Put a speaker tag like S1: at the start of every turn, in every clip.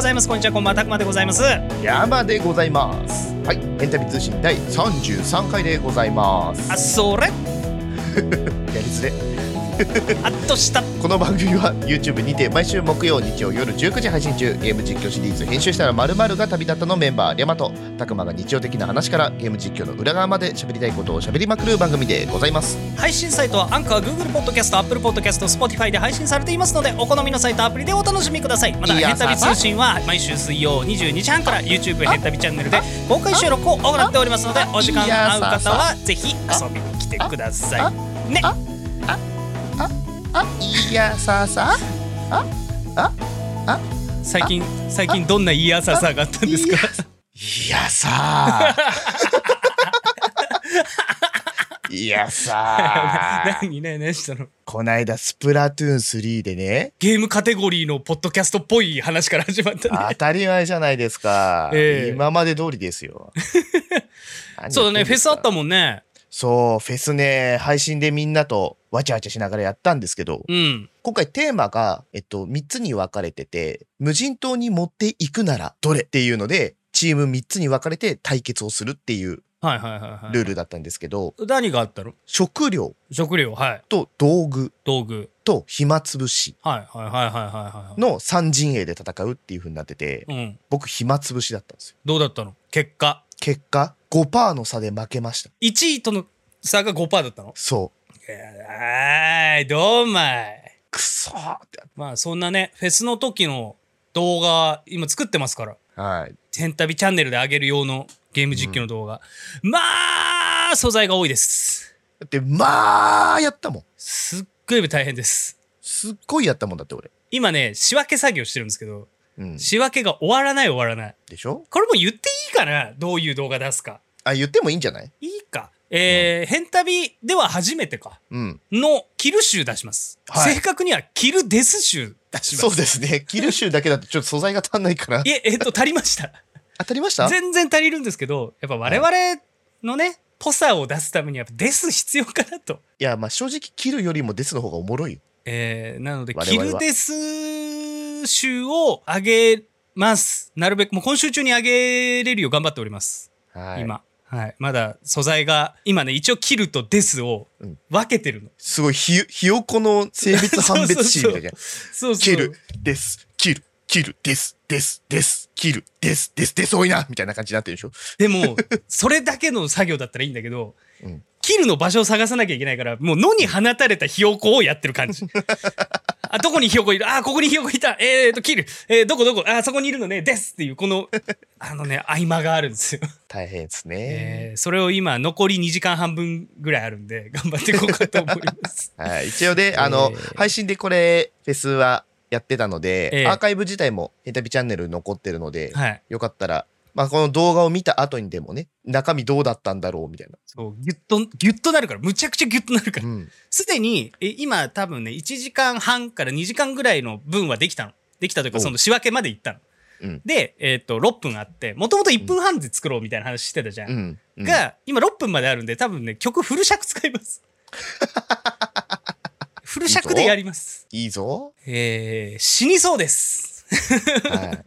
S1: ざいますこんにちはこんばんはたくまでございます
S2: 山でございますはいエンタメ通信第33回でございます
S1: あそれ
S2: やりづれ
S1: あっとした
S2: この番組は YouTube にて毎週木曜日曜夜19時配信中ゲーム実況シリーズ編集したら〇〇が旅立ったのメンバーリャマとたくまが日常的な話からゲーム実況の裏側まで喋りたいことを喋りまくる番組でございます
S1: 配信サイトはアンカー Google ポッドキャスト Apple ポッドキャスト Spotify で配信されていますのでお好みのサイトアプリでお楽しみくださいまた
S2: いや
S1: ヘンタビ通信は毎週水曜22時半から YouTube ヘンタビチャンネルで公開収録を行っておりますのでお時間合う方はぜひ遊びに来てくださいね
S2: いやさあさ
S1: 最近最近どんなイヤーサーサーがあったんですか
S2: いやさあいや さあ
S1: 何ね何したの
S2: こないだスプラトゥーン3でね
S1: ゲームカテゴリーのポッドキャストっぽい話から始まったね
S2: 当たり前じゃないですか、
S1: ええ
S2: 今まで通りで すよ何言ってんですか
S1: そうだねフェスあったもんね
S2: そうフェスね配信でみんなとわちゃわちゃしながらやったんですけど
S1: うん
S2: 今回テーマが、えっと、3つに分かれてて無人島に持っていくならどれっていうのでチーム3つに分かれて対決をするっていう
S1: はいはいはいはい
S2: ルールだったんですけど、
S1: 何があったの
S2: 食料
S1: 食料はい
S2: と道具
S1: 道具
S2: と暇つぶし
S1: はいはいはいはいはいはい
S2: の3陣営で戦うっていう風になってて
S1: うん
S2: 僕暇つぶしだったんですよ
S1: どうだったの結果
S2: 結果5%の差で負けました
S1: 1位との差が5%だったの
S2: そう
S1: はーいどうまい
S2: くそーって
S1: まあそんなねフェスの時の動画今作ってますから
S2: はい
S1: 「天旅チャンネル」で上げる用のゲーム実況の動画、まあ素材が多いです
S2: だってまあやったもん
S1: すっごい大変です
S2: すっごいやったもんだって俺
S1: 今ね仕分け作業してるんですけど
S2: うん
S1: 仕分けが終わらない終わらない
S2: でしょ
S1: これもう言っていいかなどういう動画出すか
S2: あ言ってもいいんじゃない
S1: いいかえー「変旅」では初めてか
S2: うん
S1: のキル集出します、
S2: はい
S1: 正確にはキルデス集出します
S2: そうですねキルシュだけだとちょっと素材が足んないから
S1: いええっと足りました
S2: 当たりました
S1: 全然足りるんですけどやっぱ我々のね、ポサを出すためにはやっぱデス必要かなと、
S2: いやまあ正直キルよりもデスの方がおもろいよ
S1: えーなので
S2: 我
S1: キ
S2: 々は
S1: ルデス集を上げますなるべくもう今週中に上げれるよう頑張っております
S2: はい
S1: 今、はい、まだ素材が今ね一応キルとデスを
S2: うん
S1: 分けてるの、
S2: すごいひよひよこの性別判別シーンだけ
S1: そうそう
S2: キルですキルキルですですですキルですですです多いなみたいな感じになってるでしょ
S1: でもそれだけの作業だったらいいんだけど、
S2: うん
S1: キルの場所を探さなきゃいけないからもう野に放たれたひよこをやってる感 じあどこにひよこいるあここにひよこいたえー、とキル、えーどこどこあそこにいるのねですっていうこのあのね合間があるんですよ、
S2: 大変ですね、
S1: えーそれを今残り2時間半分ぐらいあるんで頑張っていこうかと思います
S2: はい一応であの、
S1: えー
S2: 配信でこれフェスはやってたので、
S1: えー
S2: アーカイブ自体もエンタビチャンネルに残ってるので、
S1: はい
S2: よかったら、まあ、この動画を見た後にでもね中身どうだったんだろうみたいな、
S1: そうギュッとギュッとなるからむちゃくちゃギュッとなるから
S2: うん
S1: すでにえ今多分ね1時間半から2時間ぐらいの分はできたのできたというか
S2: おう
S1: その仕分けまで行ったの、
S2: うん
S1: で、えっと6分あってもともと1分半で作ろうみたいな話してたじゃん、
S2: うんうん、
S1: が今6分まであるんで多分ね曲フル尺使います フル尺でやります
S2: いいぞ、
S1: えー、死にそうです、
S2: はい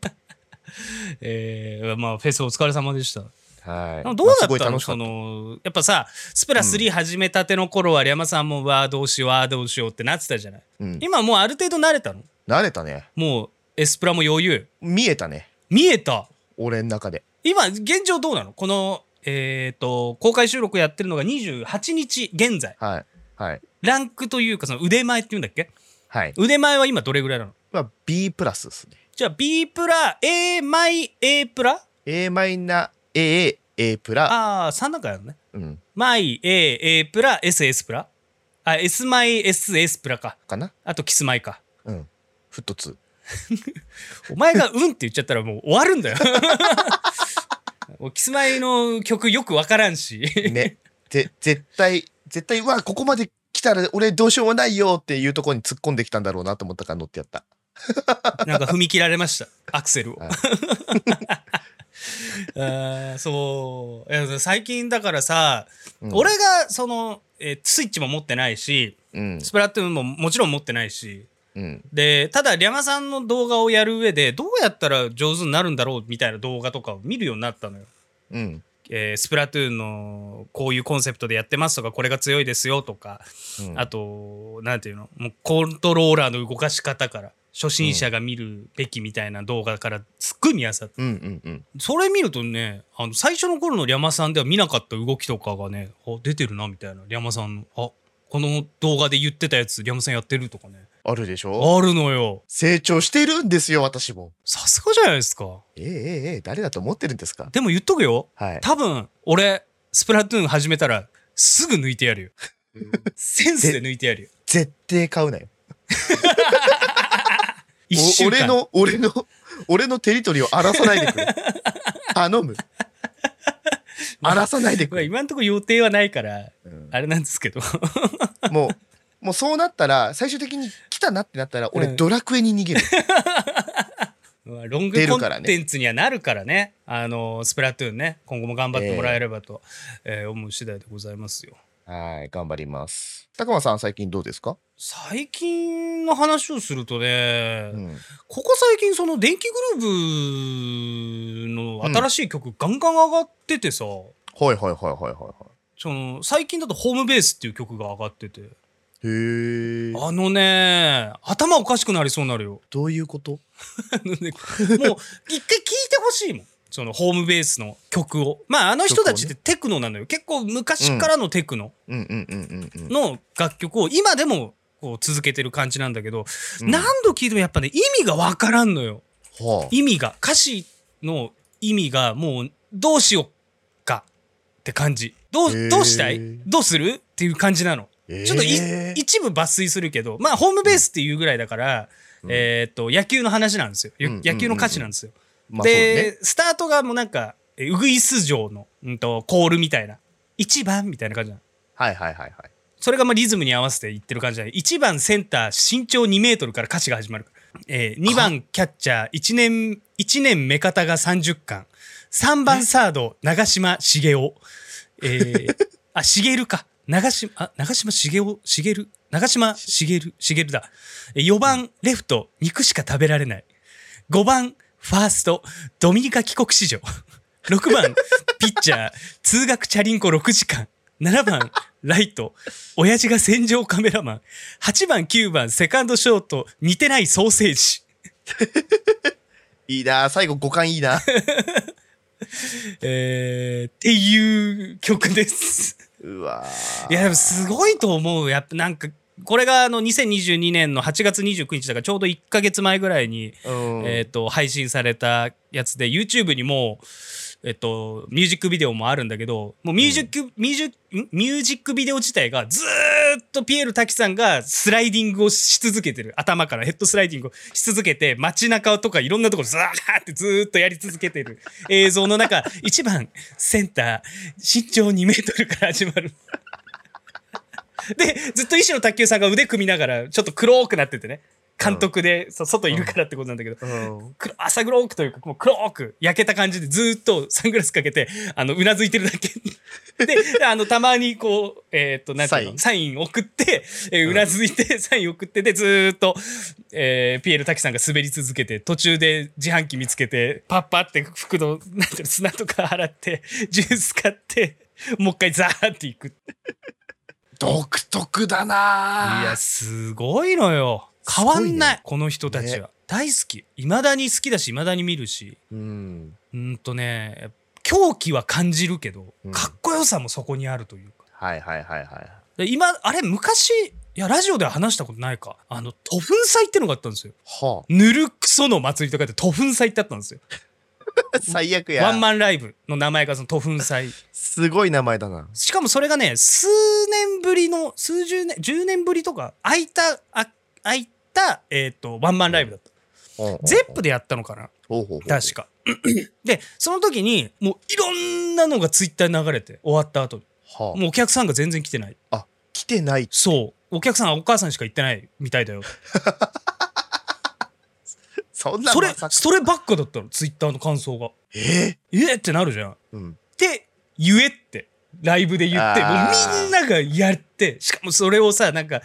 S1: えー、まあフェスお疲れ様でした
S2: はい、
S1: どうだ
S2: まあすご
S1: っ
S2: い
S1: たの
S2: 楽しか
S1: そ
S2: っ
S1: のやっぱさスプラ3始めたての頃はリャマさんもわあどうしようわあどうしようってなってたじゃない
S2: た、うん、
S1: 今もうある程度慣れたの
S2: 慣れたね
S1: もうエスプラも余裕
S2: 見えたね
S1: 見えた
S2: 俺の中で
S1: 今現状どうなのこのえっ、と公開収録やってるのが28日現在
S2: はいはい
S1: ランクというかその腕前っていうんだっけ
S2: はい、
S1: 腕前は今どれぐらいなの
S2: まあ、B プラスですね
S1: じゃあ B プラ A マイ A プラ
S2: A マイナ AA A プラ
S1: ああ3段階あるのね
S2: うん
S1: マイ A A プラ SS プラあ S マイ SS プラか
S2: かな
S1: あとキスマイか
S2: うんフット2
S1: お前が「うん」って言っちゃったらもう終わるん だよもうキスマイの曲よくわからん し
S2: ねぜ絶対絶対うわここまで来たら俺どうしようもないよっていうところに突っ込んできたんだろうなと思ったから乗ってやった
S1: なんか踏み切られました、アクセルを
S2: はい。
S1: あーそういや最近だからさ、
S2: うん
S1: 俺がその、えースイッチも持ってないし
S2: うん
S1: スプラトゥーンももちろん持ってないし
S2: うん
S1: でただリャマさんの動画をやる上でどうやったら上手になるんだろうみたいな動画とかを見るようになったのよ。
S2: うん
S1: えースプラトゥーンのこういうコンセプトでやってますとかこれが強いですよとか、
S2: うん
S1: あとなんていうのもうコントローラーの動かし方から初心者が見るべきみたいな動画からすっごい見やすかった、
S2: うんうんうん
S1: それ見るとねあの最初の頃のリャマさんでは見なかった動きとかがねあ出てるなみたいなリャマさんのあこの動画で言ってたやつリャマさんやってるとかね
S2: あるでしょ
S1: あるのよ
S2: 成長してるんですよ私も
S1: さすがじゃないですか
S2: ええええええ誰だと思ってるんですか
S1: でも言っとくよ
S2: はい
S1: 多分俺スプラトゥーン始めたらすぐ抜いてやるよセンスで抜いてやるよ
S2: 絶対買うなよ
S1: 一週
S2: お
S1: 間
S2: 俺の俺の俺のテリトリーを荒らさないでくれ頼 む荒らさないでく
S1: まあ
S2: れ、
S1: 今のところ予定はないから
S2: うん
S1: あれなんですけど
S2: もうもうそうなったら最終的に来たなってなったら俺
S1: うん
S2: ドラクエに逃げる、
S1: まあロン
S2: 出
S1: グコ
S2: る
S1: ン
S2: からね
S1: テンツにはなるからねあのスプラトゥーンね今後も頑張ってもらえればと、えー思う次第でございますよ
S2: はい頑張ります高間さん最近どうですか、
S1: 最近の話をするとね、
S2: うん
S1: ここ最近その電気グルーヴの新しい曲ガンガン上がっててさ、
S2: はいはいはいはいはいは
S1: その最近だと「ホームベース」っていう曲が上がってて
S2: いへえ
S1: あのね頭おかしくなりそうになるよ
S2: どういうこと
S1: あのねもう一回聴いてほしいもんそのホームベースの曲をまああの人たちってテクノなのよ結構昔からのテクノ
S2: うんうんうんうんうん
S1: の楽曲を今でもこう続けてる感じなんだけど、
S2: うん
S1: 何度聴いてもやっぱね意味がわからんのよ
S2: は
S1: 意味が歌詞の意味がもうどうしようかって感じど
S2: へー
S1: うどうしたいどうするっていう感じなの
S2: あ、
S1: ちょっとい、
S2: えー
S1: 一部抜粋するけどまあホームベースっていうぐらいだから、
S2: うん
S1: えーっと野球の話なんですよ、ゆ
S2: うん
S1: 野球の歌詞なんですよ、
S2: まあ
S1: で、スタートがもうなんかえウグイス城の、うん、とコールみたいな1番みたいな感じなの
S2: そうね、はいはいはいはい
S1: それがまあリズムに合わせて言ってる感じじゃない1番センター身長2メートルから歌詞が始まる、えー、2番キャッチャー1年一年目方が30巻3番サード長嶋茂雄えー、あ茂か長嶋あ長嶋茂雄茂長嶋茂茂だ4番レフト肉しか食べられない5番ファーストドミニカ帰国子女 6番ピッチャー通学チャリンコ6時間7番ライト親父が戦場カメラマン8番9番セカンドショート似てないソーセージ
S2: いいな最後五感いいな
S1: えー、っていう曲です。
S2: うわ ー
S1: いやでもすごいと思うやっぱなんかこれがあの2022年の8月29日だからちょうど1ヶ月前ぐらいに、
S2: うん
S1: えー、と配信されたやつで YouTube にもう、えっとミュージックビデオもあるんだけどもうミュージック、ミュージックんミュージックビデオ自体がずーっとピエール瀧さんがスライディングをし続けてる頭からヘッドスライディングをし続けて街中とかいろんなところずらーってずーっとやり続けてる映像の 中1番センター身長2メートルから始まる。でずっと石野卓球さんが腕組みながらちょっと黒くなっててね監督で、そう外いるからってことなんだけど、
S2: うん
S1: 黒朝黒くというかもう黒く焼けた感じでずーっと サングラスかけてあのうなずいてるだけ であのたまにこうえーっとなんていうのサイン送って、えーうなずいて、 サイン送ってでずーっと、えーピエール瀧さんが滑り続けて途中で自販機見つけてパッパって服のなんていうの砂とか洗ってジュース買ってもう一回ザーっていく
S2: 独特だない
S1: や、すごいのよ。変わんない、この人たちは。大好き。いまだに好きだし、いまだに見るし。
S2: うん
S1: うーんとね、狂気は感じるけど
S2: う、ん
S1: かっこよさもそこにあるというか。
S2: はいはいはいはい
S1: で今、あれ、昔、いや、ラジオでは話したことないか。あの、都粉祭ってのがあったんですよ。
S2: は
S1: ぬるくその祭りとかって都粉祭ってあったんですよ。
S2: あ最悪や
S1: ワンマンライブの名前がその都粉祭。
S2: すごい名前だな
S1: しかもそれがね、数年ぶりの、数十年、10年ぶりとか、空いた、あ空いた、えっ、と、ワンマンライブだった。ゼップでやったのかな
S2: ほうほうほう
S1: 確か。で、その時に、もういろんなのがツイッターに流れて、終わった後に。
S2: はあ
S1: もうお客さんが全然来てない。
S2: あ来てない
S1: そう。お客さんはお母さんしか行ってないみたいだ よ。
S2: そんな
S1: それ、
S2: まさか
S1: そればっかだったの、ツイッターの感想が。
S2: え
S1: えーってなるじゃん。っ
S2: ーうん
S1: て、言えって。ライブで言って、もう
S2: あー
S1: みんながやって、しかもそれをさ、なんか、い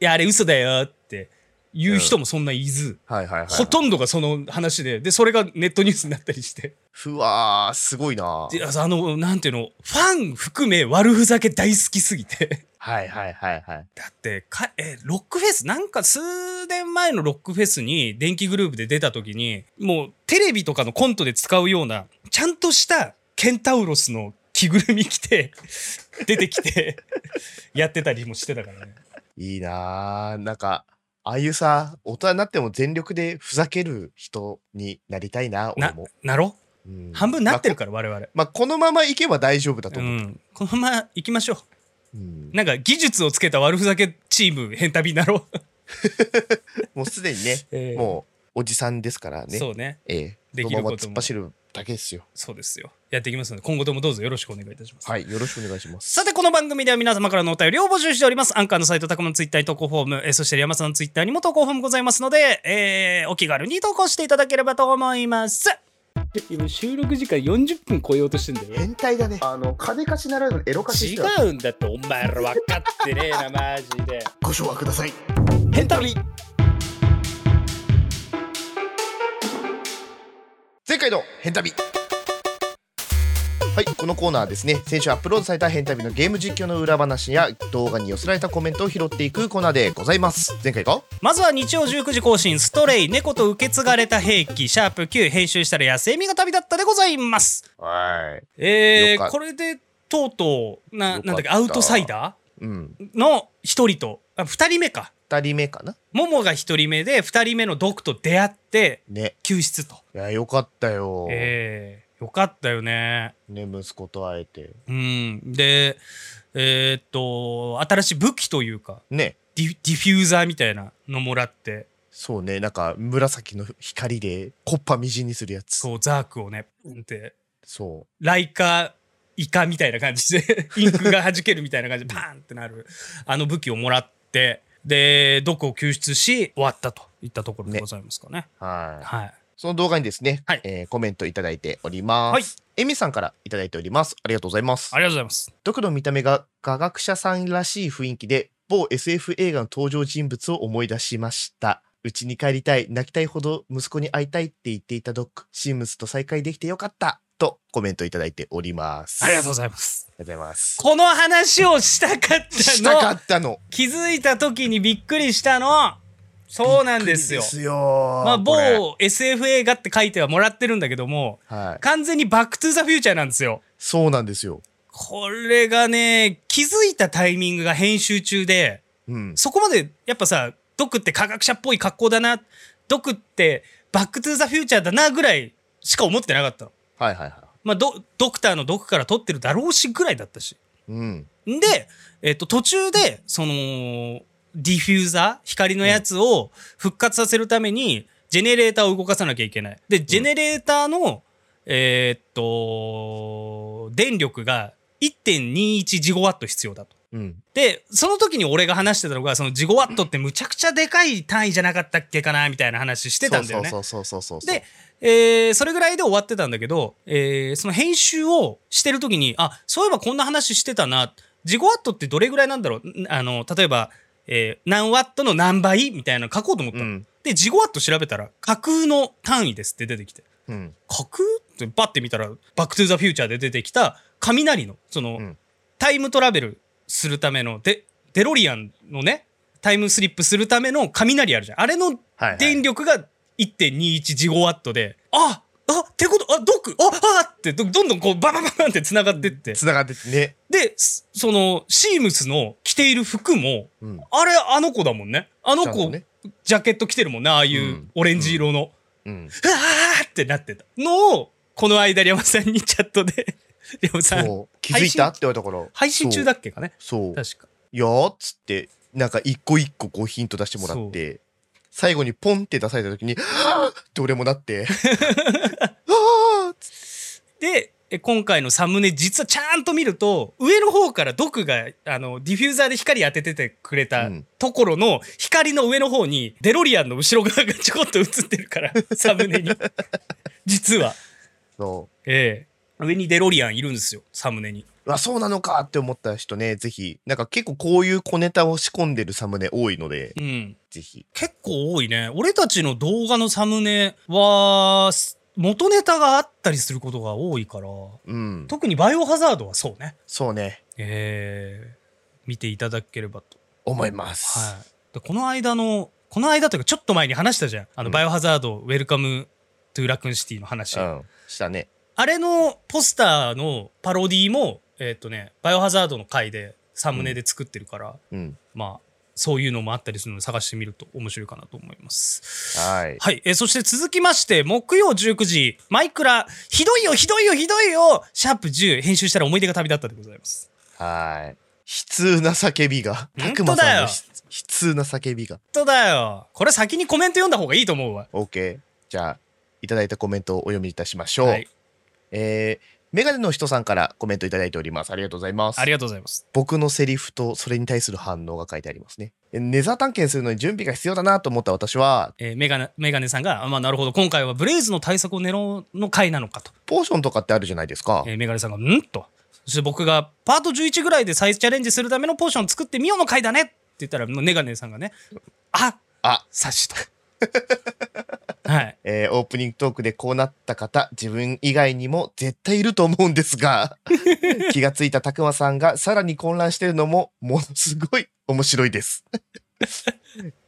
S1: や、あれ嘘だよって言う人もそんないず、
S2: はいはいはい。
S1: ほとんどがその話で、で、それがネットニュースになったりして。
S2: ふわー、すごいな。
S1: であの、なんていうの、ファン含め悪ふざけ大好きすぎて。
S2: はいはいはいはい。
S1: だってか、え、ロックフェス、なんか数年前のロックフェスに電気グループで出た時に、もうテレビとかのコントで使うような、ちゃんとしたケンタウロスの着ぐるみ着て、 出てきて、 やってたりもしてたからね。
S2: いいなー。なんか、ああいうさ、大人になっても全力でふざける人になりたいな、俺
S1: な
S2: も。、
S1: なろ
S2: うん
S1: 半分なってる
S2: まあこ
S1: から、我々。
S2: まあ、このままいけば大丈夫だと
S1: う
S2: 思う。
S1: ん。このまま行きましょ
S2: うん
S1: う。なんか技術をつけた悪ふざけチーム、変旅になろう。
S2: もうすでにね、
S1: ええ
S2: もうおじさんですからね。
S1: そうね。
S2: ええ
S1: できる
S2: そのまま
S1: こと
S2: 突っ
S1: も
S2: 走るだけですよ。
S1: そうですよ。やっていきますので、今後ともどうぞよろしくお願いいたします。
S2: はい、よろしくお願いします。
S1: さて、この番組では皆様からのお便りを募集しております。アンカーのサイト、たくまのツイッターに投稿フォーム、えーそしてリアマさんのツイッターにも投稿フォームございますので、えーお気軽に投稿していただければと思います。今、収録時間40分超えようとしてんだよ。
S2: 態だね。あの、金貸しならぬエロ
S1: うんだって、お前ら分かってねえな、マジで。
S2: ご唱和ください。
S1: 変旅
S2: 前回の「変旅」はいこのコーナーはですね先週アップロードされた「変旅」のゲーム実況の裏話や動画に寄せられたコメントを拾っていくコーナーでございます前回が
S1: まずは日曜19時更新、ストレイ、猫と受け継がれた兵器、シャープ9、編集したら野生味が旅だったでございます。
S2: は
S1: え
S2: よかっ
S1: ー、これで、とうとう、な、なんだっ
S2: よかっ
S1: け、
S2: た
S1: アウトサイダー
S2: いうん
S1: の一人と、あ、二人目か。
S2: 2人目かな
S1: モモが一人目で、二人目のドクと出会って、
S2: ね
S1: 救出と。
S2: いやよかったよ、
S1: えー、よかったよね。
S2: ね息子と会えて
S1: うん。で、えーっと、新しい武器というか、
S2: ね
S1: ディディフューザーみたいなのもらって、
S2: そうねなんか紫の光でコッパみじんにするやつそう
S1: そう、ザークをね、って、
S2: そ
S1: ライカ、イカみたいな感じ で、インクが弾けるみたいな感じで、パーンってなる、あの武器をもらって、で、ドクを救出し、終わったといったところでございますかね。
S2: うはい
S1: はい。
S2: その動画にですね、
S1: はい
S2: えーコメントいただいております、
S1: はい
S2: エミさんからいただいておりますありがとうございます
S1: ありがとうございます。
S2: ドクの見た目が科学者さんらしい雰囲気で某 SF 映画の登場人物を思い出しました。うちに帰りたい、泣きたいほど息子に会いたいって言っていたドク、シームスと再会できてよかったとコメントいただいております。
S1: ありがとう
S2: う
S1: ございます。
S2: ございます。
S1: この話をしたかっ
S2: した
S1: た
S2: か
S1: の。
S2: ったの。
S1: 気づいた時にびっくりしたの。そうなんですよ。
S2: びっくりですよ。
S1: まあ、
S2: これ
S1: 某 SF 映画って書いてはもらってるんだけども、
S2: はい。
S1: 完全にバックトゥーザフューチャーなんですよ。
S2: そうなんですよ。
S1: これがね、気づいたタイミングが編集中で、
S2: うん。
S1: そこまでやっぱさ、ドクって科学者っぽい格好だな、ドクってバックトゥーザフューチャーだなぐらいしか思ってなかったの。
S2: はいはいは
S1: まあ、ドドクターのドクから取ってるだろうしぐらいだったし。
S2: い。うん。
S1: で、えっと、途中で、その、ディフューザー光のやつを復活させるために、ジェネレーターを動かさなきゃいけない。で、ジェネレーターの、えーっと、電力が1.21ジゴワット必要だと。
S2: うん。
S1: で、その時に俺が話してたのが、そのジゴワットってむちゃくちゃでかい単位じゃなかったっけかな、みたいな話してたんだよね。
S2: そうそうそうそうそうそう。
S1: で、えーそれぐらいで終わってたんだけど、えーその編集をしてる時にあそういえばこんな話してたなジゴワットってどれぐらいなんだろうんあの例えば、えー何ワットの何倍みたいなの書こうと思った
S2: う
S1: の、
S2: ん。
S1: でジゴワット調べたら架空の単位ですって出てきて
S2: うん。
S1: 架空ってバッて見たらバック・トゥ・ザ・フューチャーで出てきた雷のその、
S2: うん
S1: タイムトラベルするためのデデロリアンのねタイムスリップするための雷あるじゃんあれの
S2: はい、はい。
S1: 電力が1.21ジゴワットで、ああってこと、あ、ドク、ああってど、どんどんこう、ババババンって繋がってって。
S2: つながっててね。
S1: で、すその、シームスの着ている服も、
S2: うん。
S1: あれ、あの子だもんね。あの
S2: ちゃん
S1: 子、
S2: とね
S1: ジャケット着てるもんね、ああいうんうオレンジ色の。
S2: うん。
S1: うわーってなってた。のを、この間、リャマさんにチャット で、リャマさん、
S2: そう。気づいたって言われたから。
S1: 配信中だっけかね。
S2: そう。そう。
S1: 確か。
S2: いやーっつって、なんか一個一個こうヒント出してもらって、最後にポンって出された時に、はぁって俺もなって、 はぁっつって
S1: で、え今回のサムネ、実はちゃんと見ると、上の方からドクが、あの、ディフューザーで光当てててくれた
S2: うん
S1: ところの、光の上の方に、デロリアンの後ろ側が ちょこっと映ってるから、サムネに。実は。
S2: そ
S1: ええ上にデロリアンいるんですよ、サムネに。
S2: うわそうなのかって思った人ねぜひなんか結構こういう小ネタを仕込んでるサムネ多いので
S1: うん。
S2: ぜひ
S1: 結構多いね。俺たちの動画のサムネは、す元ネタがあったりすることが多いから、
S2: うん
S1: 特にバイオハザードはそうね。
S2: そうね
S1: えー、見ていただければと。
S2: 思います、
S1: はい。でこの間の、この間というかちょっと前に話したじゃん。あの、
S2: うん
S1: バイオハザード、ウェルカムトゥラクンシティの話。
S2: うんしたね
S1: あれのポスターのパロディも、えーっとね、バイオハザードの回でサムネで作ってるから、
S2: うん
S1: まあ、そういうのもあったりするので探してみると面白いかなと思います。
S2: はい
S1: はい、えーそして続きまして、木曜19時、マイクラ、ひどいよ、ひどいよ、ひどいよ、シャープ10、編集したら思い出が旅立ったでございます。
S2: はい悲痛な叫びが
S1: 本
S2: た
S1: 当
S2: く
S1: だよ
S2: まさんのひ悲痛な叫びが
S1: 本当だよ。これ先にコメント読んだ方がいいと思うわ。
S2: OK じゃあいただいたコメントをお読みいたしましょう、
S1: はい、
S2: えーメガネの人さんからコメントいただいておりますありがとうございます
S1: ありがとうございます。
S2: 僕のセリフとそれに対する反応が書いてありますね。えネザー探検するのに準備が必要だなと思った私は、
S1: えーメガネメガネさんが、あまあ、なるほど、今回はブレイズの対策を練ろうの回なのかと。
S2: ポーションとかってあるじゃないですか。
S1: えーメガネさんが「ん?」とそして僕が「パート11ぐらいで再チャレンジするためのポーション作ってみようの回だね」って言ったらもうメガネさんがね「あ
S2: あ
S1: 察した」はい
S2: えーオープニングトークでこうなった方、自分以外にも絶対いると思うんです が、気がついたたくまさんがさらに混乱してるのもものすごい面白い です。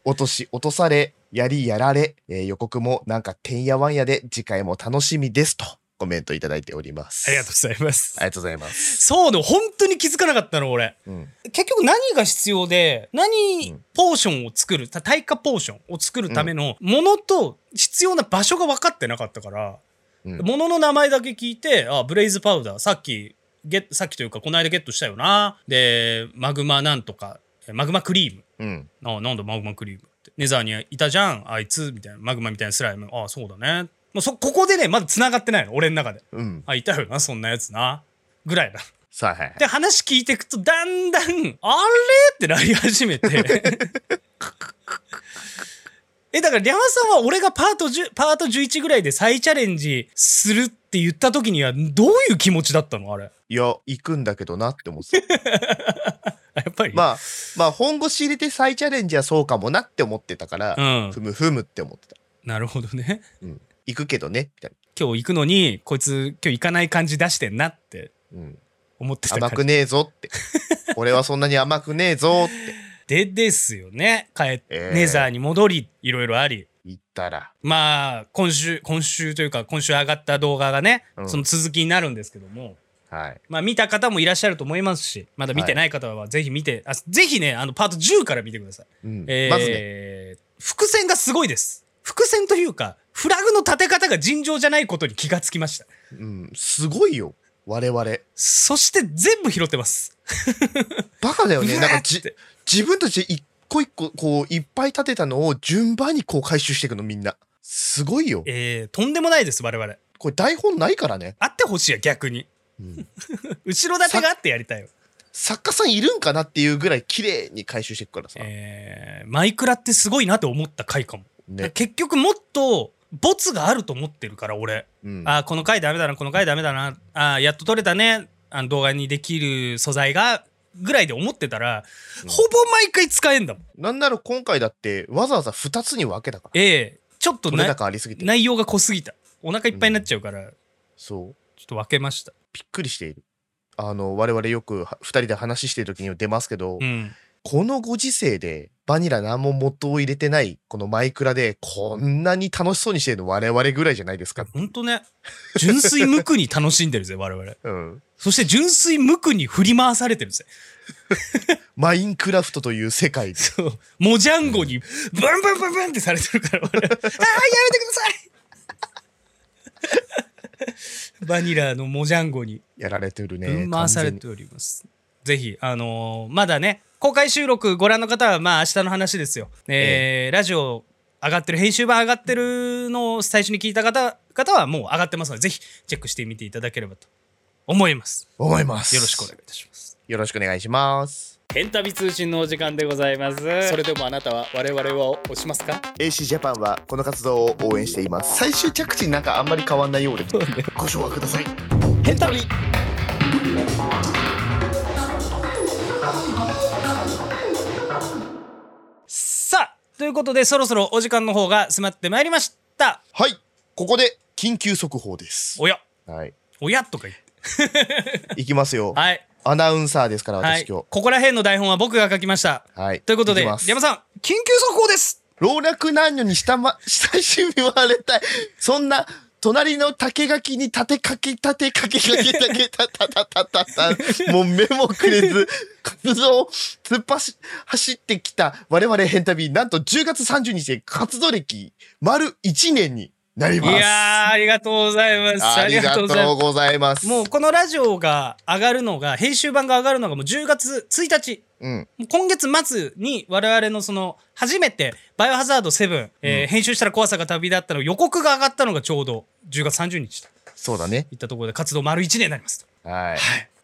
S2: 落とし落とされ、やりやられ、えー予告もなんかてんやわんやで次回も楽しみですとコメントいただいております。
S1: ありがとうございます
S2: ありがとうございます。
S1: そうね本当に気づかなかったの俺
S2: うん、
S1: 結局何が必要で何
S2: うん
S1: ポーションを作るた対価ポーションを作るためのものと必要な場所が分かってなかったから
S2: うん
S1: ものの名前だけ聞いてあブレイズパウダーさっきゲッさっきというかこの間ゲットしたよなでマグマなんとかえマグマクリーム
S2: うん、
S1: あなんだマグマクリームってネザーにいたじゃんあいつみたいなマグマみたいなスライムあそうだねもうそここでねまだ繋がってないの俺の中で
S2: うん、
S1: あいたよなそんなやつなぐらいだ
S2: さあ、はいはい
S1: で話聞いていくとだんだんあれってなり始めて えだからリャマさんは俺がパート10パート11ぐらいで再チャレンジするって言った時にはどういう気持ちだったのあれ
S2: いや、行くんだけどなって思ってた。
S1: やっぱり、
S2: まあ、まあ、本腰入れて再チャレンジはそうかもなって思ってたから、
S1: うん
S2: ふむふむって思ってた。
S1: なるほどね
S2: うん、行くけどね、みたい
S1: 今日行くのにこいつ今日行かない感じ出してんなって
S2: な。うん、
S1: 思ってた
S2: 甘
S1: 感
S2: く
S1: じ
S2: ねえぞ って。俺はそんなに甘くねえぞって
S1: でですよね帰って、
S2: えー
S1: ネザーに戻りいろいろあり
S2: 言ったら。
S1: まあ今週今週というか今週上がった動画がね、
S2: うん
S1: その続きになるんですけども
S2: はい。
S1: まあ見た方もいらっしゃると思いますしまだ見てない方はぜひ見て、あぜひねあのパート10から見てください、
S2: うん
S1: えー
S2: まずね、
S1: 伏線がすごいです伏線というかフラグの立て方が尋常じゃないことに気がつきました
S2: うん、すごいよ。我々。
S1: そして全部拾ってます
S2: バカだよね。
S1: うわー
S2: なんかじ
S1: って、
S2: 自分たちで一個一個、こう、いっぱい立てたのを順番にこう回収していくの、みんな。すごいよ。
S1: えー、とんでもないです我々
S2: これ台本ないからね。
S1: あってほしいや逆に
S2: うん、
S1: 後ろ盾があってやりたいよ、
S2: 作家さんいるんかなっていうぐらい綺麗に回収していくからさ。
S1: えーマイクラってすごいなって思った回かも、
S2: ね。
S1: 結局もっとボツがあると思ってるから俺、
S2: うん
S1: あーこの回ダメだなこの回ダメだなあーやっと撮れたねあの動画にできる素材がぐらいで思ってたら、
S2: うん
S1: ほぼ毎回使えんだもん
S2: なんなら今回だってわざわざ2つに分けたから。
S1: ええちょっと
S2: 取れ
S1: な
S2: 高ありすぎて。
S1: 内容が濃すぎたお腹いっぱいになっちゃうから、ちょ
S2: そう。
S1: っと分けました
S2: びっくりしている。あの、我々よくは2人で話している時にも出ますけど、
S1: うん
S2: このご時世でバニラ何も元を入れてないこのマイクラでこんなに楽しそうにしてるの我々ぐらいじゃないですか。
S1: ほんとね純粋無垢に楽しんでるぜ我々
S2: うん。
S1: そして純粋無垢に振り回されてるぜ
S2: マインクラフトという世界で。
S1: そう、モジャンゴにブンブンブンブンってされてるから俺、ああ、やめてくださ いバニラのモジャンゴに
S2: やられてるね。
S1: ぶん回されております。ぜひ、あのーまだね、公開収録ご覧の方は、まあ明日の話ですよ。えーラジオ上がってる、編集版上がってるのを最初に聞いた方方はもう上がってますので、ぜひチェックしてみていただければと思います。
S2: 完全に思います。
S1: よろしくお願いいたします。
S2: よろしくお願いします。
S1: エンタビ通信のお時間でございます。
S3: それでもあなたは我々を押しますか
S2: AC ジャパンはこの活動を応援しています。最終着地なんかあんまり変わんないようで。ご紹介ください。
S1: ヘンタリさあということでそろそろお時間の方が迫ってまいりました
S2: はいここで緊急速報です
S1: おや
S2: はい
S1: おやとか言って
S2: いきますよ、
S1: はい
S2: アナウンサーですから
S1: は
S2: 私
S1: い
S2: 今
S1: ここら辺の台本は僕が書きました
S2: 日はい
S1: ということで
S2: きま
S1: 山
S2: す
S1: さん緊急速報です
S2: 老若男女に親ま、親しみわれたい。そんな、隣の竹垣に立てかけ、立てかけ、かけ、かけ、たたたたたた。もう目もくれず、活動を突っ走、走ってきた我々変旅、なんと10月30日で活動歴丸1年になり
S1: い
S2: ます。
S1: やーありがとうございます
S2: ありがとうございます。
S1: もうこのラジオが上がるのが編集版が上がるのがもう10月1日
S2: うん。
S1: もう今月末に我々のその初めて「バイオハザード7」えー編集したら怖さが旅立ったの予告が上がったのがちょうど10月30日と
S2: そうだね。
S1: いったところで活動丸1年になりますと
S2: はい。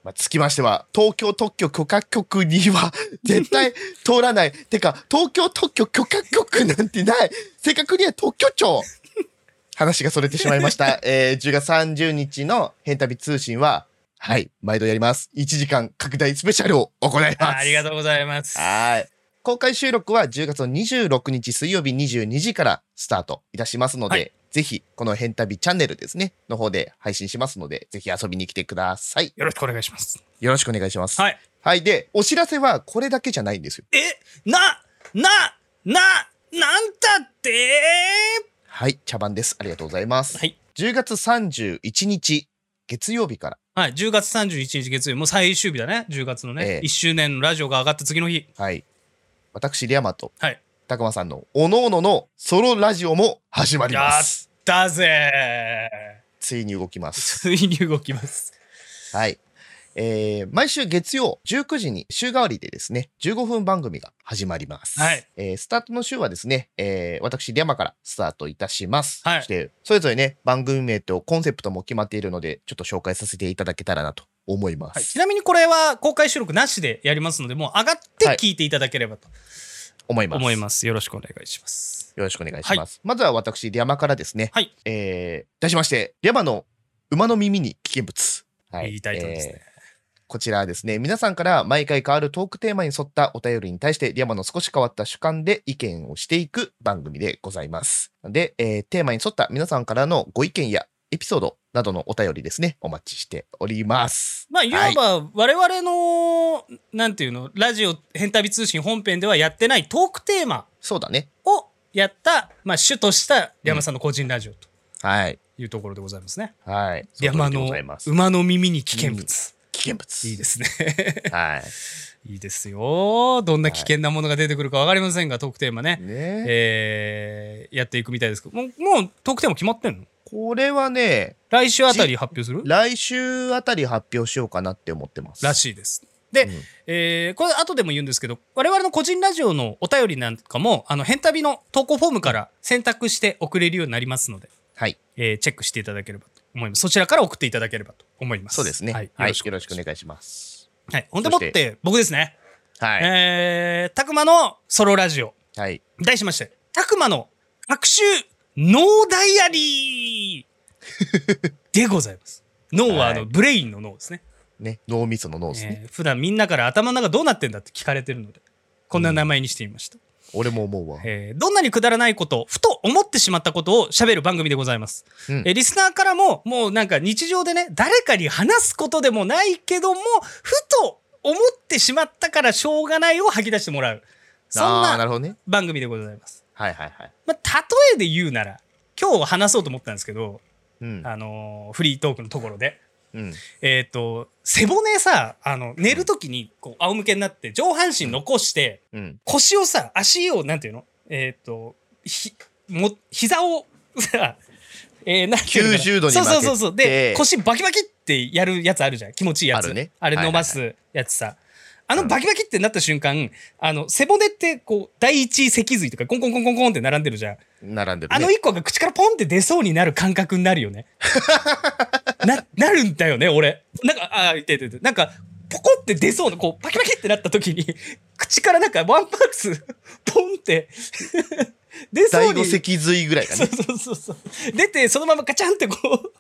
S2: まあ、つきましては、東京特許許可局に は絶対通らない。てか、東京特許許可局なんてない。正確には特許庁。話がそれてしまい ました。えー、10月30日の変旅通信は、はい、毎度やります。1時間拡大スペシャルを行います。
S1: ありがと
S2: う。
S1: うございます
S2: はい。公開収録は10月の26日水曜日22時からスタートいたしますので、
S1: はい
S2: ぜひ、この変旅チャンネルですね、の方で配信しますので、ぜひ遊びに来てください。
S1: よろしくお願いします
S2: よろしくお願いします。
S1: はい
S2: はい。で、お知らせはこれだけじゃないんですよ。
S1: えななななんだって
S2: はい。茶番です。ありがとうございます。
S1: はい、
S2: 10月31日、月曜日から、
S1: はい、10月31日月曜日もう最終日だね10月のね、
S2: ええ
S1: 1周年のラジオが上がった次の日
S2: はい。私、リアマと、
S1: はい
S2: たくまさんの、おのおののソロラジオも始まり
S1: や
S2: ま
S1: っ
S2: す。
S1: たぜ ー
S2: ついに動きます。
S1: ついに動きます
S2: はい。えー毎週月曜19時に週替わりでですね、15分番組が始まります。
S1: はい
S2: えースタートの週はですね、えー私、リャマからスタートいたします。
S1: はい
S2: そして、それぞれね、番組名とコンセプトも決まっているので、ちょっと紹介させていただけたらなと思いま
S1: はい、
S2: す。
S1: ちなみにこれは公開収録なしでやりますのでもう上がって
S2: はい
S1: 聞いていただければと
S2: 思います。
S1: 思います、よろしくお願いします
S2: よろしくお願いします。まずは私、リャマからですね、
S1: はい
S2: えー題しまして、リャマの馬の耳に危険物。はい
S1: いタイトルですね
S2: えーこちらはですね、皆さんから毎回変わるトークテーマに沿ったお便りに対して、リャマの少し変わった主観で意見をしていく番組でございます。で、えーテーマに沿った皆さんからのご意見やエピソードなどのお便りですね、お待ちしております。
S1: まあい
S2: は
S1: わば我々の、なんていうのラジオ「変旅通信」本編ではやってないトークテーマ
S2: そうだね。
S1: をやった、まあ、主とした山さんの個人ラジオと
S2: はい。
S1: いうところでございますね、
S2: はい。
S1: 山
S2: そ通りで
S1: の
S2: ございます
S1: 馬の耳に危険物、
S2: 危険物。
S1: いいですね
S2: はい
S1: いですよどんな危険なものが出てくるか分かりませんがトークテーマね
S2: い。ね
S1: えーやっていくみたいですけどもうもうトークテーマ決まってんの
S2: これはね、
S1: 来週あたり発表する
S2: 来週あたり発表しようかなって思ってます。
S1: らしいです。で、
S2: うん
S1: えーこれ後でも言うんですけど我々の個人ラジオのお便りなんかも「あの変旅」の投稿フォームから選択して送れるようになりますので、
S2: はい。
S1: えーチェックしていただければと思いますそちらから送っていただければと思います
S2: そうですね。
S1: は
S2: はいい、、
S1: よ
S2: よ
S1: ろ
S2: ろ
S1: し
S2: し
S1: く、
S2: く
S1: はい、
S2: お願いします。
S1: ほんでもって僕ですね
S2: はい。
S1: えーたくまのソロラジオ
S2: はい。
S1: 題しましてたくまの学習ノーダイアリーでございます脳はあの、
S2: はい
S1: ブレインの脳ですね
S2: ね、脳みその脳ですね。
S1: えー普段みんなから頭の中どうなってんだって聞かれてるのでこんな名前にしてみました、
S2: 俺も思うわ。
S1: えーどんなにくだらないことふと思ってしまったことを喋る番組でございます、
S2: うん
S1: えーリスナーからももうなんか日常でね誰かに話すことでもないけどもふと思ってしまったからしょうがないを吐き出してもらうそん
S2: あーな
S1: な
S2: るほどね。
S1: 番組でございます、
S2: はいはいはい。
S1: まあ、例えで言うなら今日話そうと思ったんですけど、
S2: うん。
S1: あのーフリートークのところで
S2: うん。
S1: えっ、と、背骨さ、あの、寝るときに、こう、仰向けになって、上半身残して、
S2: うん。
S1: 腰をさ、足を、なんていうのえっ、と、ひ、も、膝を、さ、 えー、なんていうのかな
S2: 90度に曲げて
S1: そうそうそうそう。で、腰バキバキってやるやつあるじゃん。気持ちいいやつ。
S2: あるね
S1: れ伸ばすやつさ。あのバキバキってなった瞬間、あの、背骨って、こう、第一脊髄とか、コンコンコンコンコンって並んでるじゃん。
S2: 並んでる、ね。
S1: あの一個が口からポンって出そうになる感覚になるよ ね。な、なるんだよね、俺。なんか、あ、いててて、なんか、ポコって出そうな、こう、パキパキってなった時に、口からなんかワンパックス、ポンって、出そう
S2: 第
S1: に。
S2: 五脊髄ぐらいが
S1: そう
S2: ね。
S1: そうそうそう。出て、そのままガチャンってこう、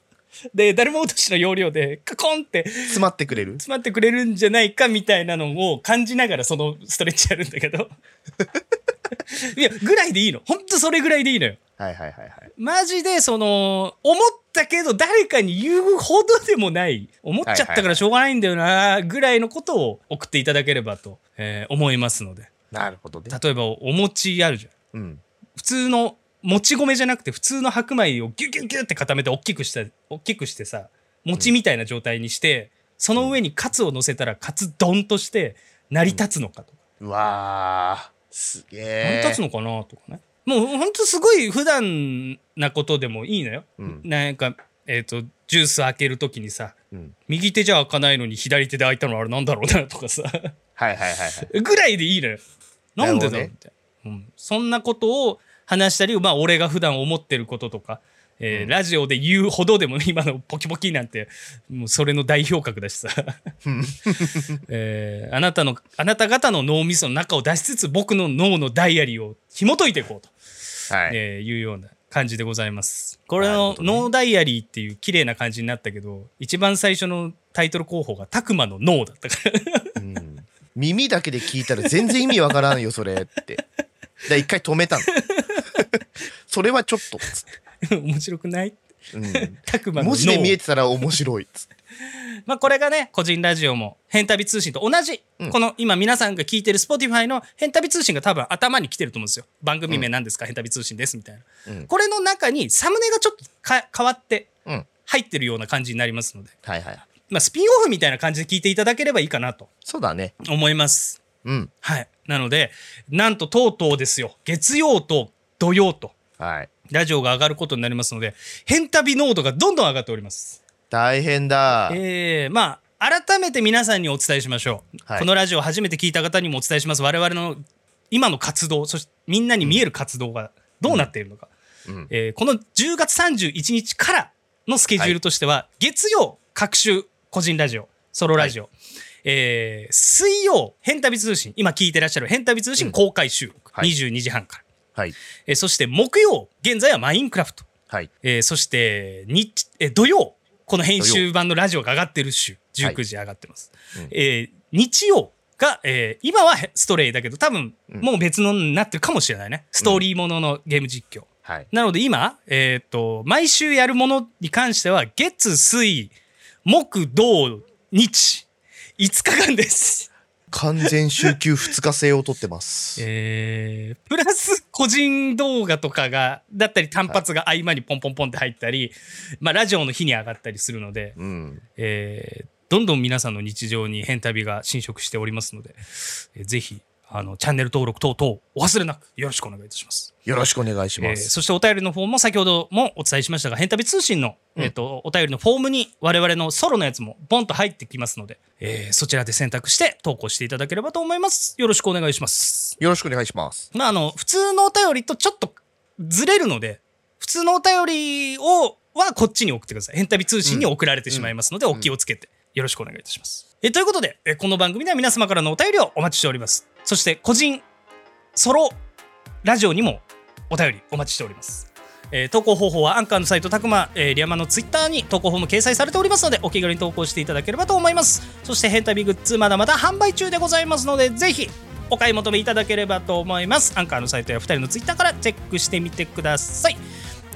S1: で、だるま落としの要領で、カコンって
S2: 詰まってくれる
S1: 詰まってくれるんじゃないかみたいなのを感じながらそのストレッチやるんだけ ど。いや、ぐらいでいいの。ほんとそれぐらいでいいのよ。
S2: はいはいはいはい。
S1: マジで、その、思ったけど誰かに言うほどでもない、思っちゃったからしょうがないんだよな、ぐらいのことを送っていただければと、えー思いますので。
S2: なるほどね。
S1: 例えば、お餅あるじゃん。
S2: うん。
S1: 普通の、もち米じゃなくて普通の白米をギュギュギュって固めて大きくした、大きくしてさ、餅みたいな状態にして、その上にカツを乗せたらカツ丼として成り立つのかとか。
S2: うわー、すげ
S1: 成り
S2: え。
S1: 立つのかなとかね。もうほんとすごい普段なことでもいいのよ。
S2: うん
S1: なんか、えっ、と、ジュース開けるときにさ、
S2: うん。
S1: 右手じゃ開かないのに左手で開いたのあれなんだろうなとかさ、
S2: はいはいはいはい。
S1: ぐらいでいいのよ。なんでだ
S2: な
S1: ろう
S2: る
S1: み
S2: ほ
S1: たいな、うん。そんなことを話したり、まあ俺が普段思ってることとか、えーラジオで言うほどでも 今のポキポキなんて、もうそれの代表格だしさ。 えーあなたの、あなた方の脳みその中を出しつつ僕の脳のダイアリーを紐解いていこうと。
S2: はい。
S1: えーいうような感じでございます。これ
S2: なる
S1: の
S2: ほ
S1: 「
S2: どね
S1: ノーダイアリー」っていう綺麗な感じになったけど一番最初のタイトル候補が「たくまの脳」だったから
S2: うん耳だけで聞いたら全然意味わからんよ、それって。で、一回止めたの。 それはちょっとっつっ
S1: 面白くない
S2: て、うん
S1: たくまの
S2: 文字で見え
S1: 脳。
S2: てたら面白いっつって
S1: まあこれがね個人ラジオも「変旅通信」と同じ、
S2: うん
S1: この今皆さんが聞いてる Spotify の「変旅通信」が多分頭に来てると思うんですよ。番組名なんですか、変旅通信ですみたいな。
S2: うん
S1: これの中にサムネがちょっとか変わって
S2: うん。
S1: 入ってるような感じになりますので、
S2: はいはい。
S1: まあ、スピンオフみたいな感じで聞いていただければいいかなと
S2: そうだね。
S1: 思います。
S2: うん。
S1: はい。なので、なんととうとうですよ。月曜と土曜と、
S2: はい。
S1: ラジオが上がることになりますので、変旅濃度がどんどん上がっております。
S2: 大変だ。
S1: えー、まあ、改めて皆さんにお伝えしましょう。
S2: はい
S1: このラジオを初めて聞いた方にもお伝えします。我々の今の活動、そしてみんなに見える活動がどうなっているのか。
S2: うん。
S1: えーこの10月31日からのスケジュールとしては、月曜、各週、個人ラジオ、ソロラジオ、えー水曜、変旅通信、今聞いてらっしゃる変旅通信公開収録、
S2: はい
S1: 22時半から、
S2: はい。
S1: えーそして木曜、現在はマインクラフト、
S2: はい。
S1: えーそして日、えー土曜、この編集版のラジオが上がってる週、19時上がってます。
S2: うん
S1: えー日曜が、えー今はストレイだけど、多分
S2: うん
S1: もう別のになってるかもしれないね。ストーリーもののゲーム実況。
S2: はい。
S1: なので今、えっ、と、毎週やるものに関しては、月、水、木、土、日、5日間です。
S2: 完全週休2日制を取ってます。
S1: えー、プラス個人動画とかが、だったり単発が合間にポンポンポンって入ったり、まあラジオの日に上がったりするので、
S2: うん。
S1: えーどんどん皆さんの日常に変旅が侵食しておりますので、えーぜひ、あの、チャンネル登録等々お忘れなくよろしくお願いいたします。
S2: よろしくお願いしま
S1: えー
S2: す。
S1: そしてお便りのフォームも先ほどもお伝えしましたが、変旅通信の、
S2: うん
S1: えー、とお便りのフォームに我々のソロのやつもボンと入ってきますので、えーそちらで選択して投稿していただければと思います。よろしくお願いします。
S2: よろしくお願いします。
S1: まあ、あの、普通のお便りとちょっとずれるので、普通のお便りを、はこっちに送ってください。変旅通信に送られてしまいますので、お気をつけてよろしくお願いいたします。えーということで、えーこの番組では皆様からのお便りをお待ちしております。そして、個人、ソロ、ラジオにもお便りお待ちしております。えー投稿方法はアンカーのサイトたくま、えーリアマのツイッターに投稿フォーム掲載されておりますのでお気軽に投稿していただければと思いますそして変旅グッズまだまだ販売中でございますのでぜひお買い求めいただければと思いますアンカーのサイトや2人のツイッターからチェックしてみてください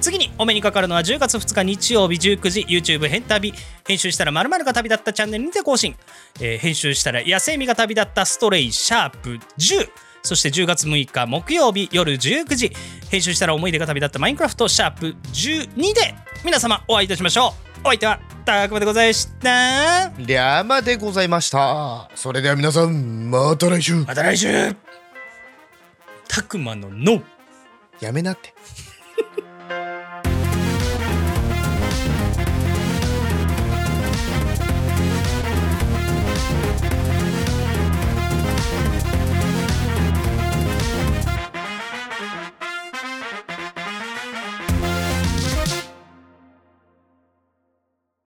S1: 次にお目にかかるのは10月2日日曜日19時 YouTube 変旅編集したら〇〇が旅立ったチャンネルにて更新、えー編集したら野生味が旅立ったストレイシャープ10そして10月6日木曜日夜19時編集したら思い出が旅立ったマインクラフトシャープ12で皆様お会いいたしましょうお相手はたくまでございました
S2: りゃーまでございました。それでは皆さん、また来週。
S1: また来週たくまの脳
S2: やめなって。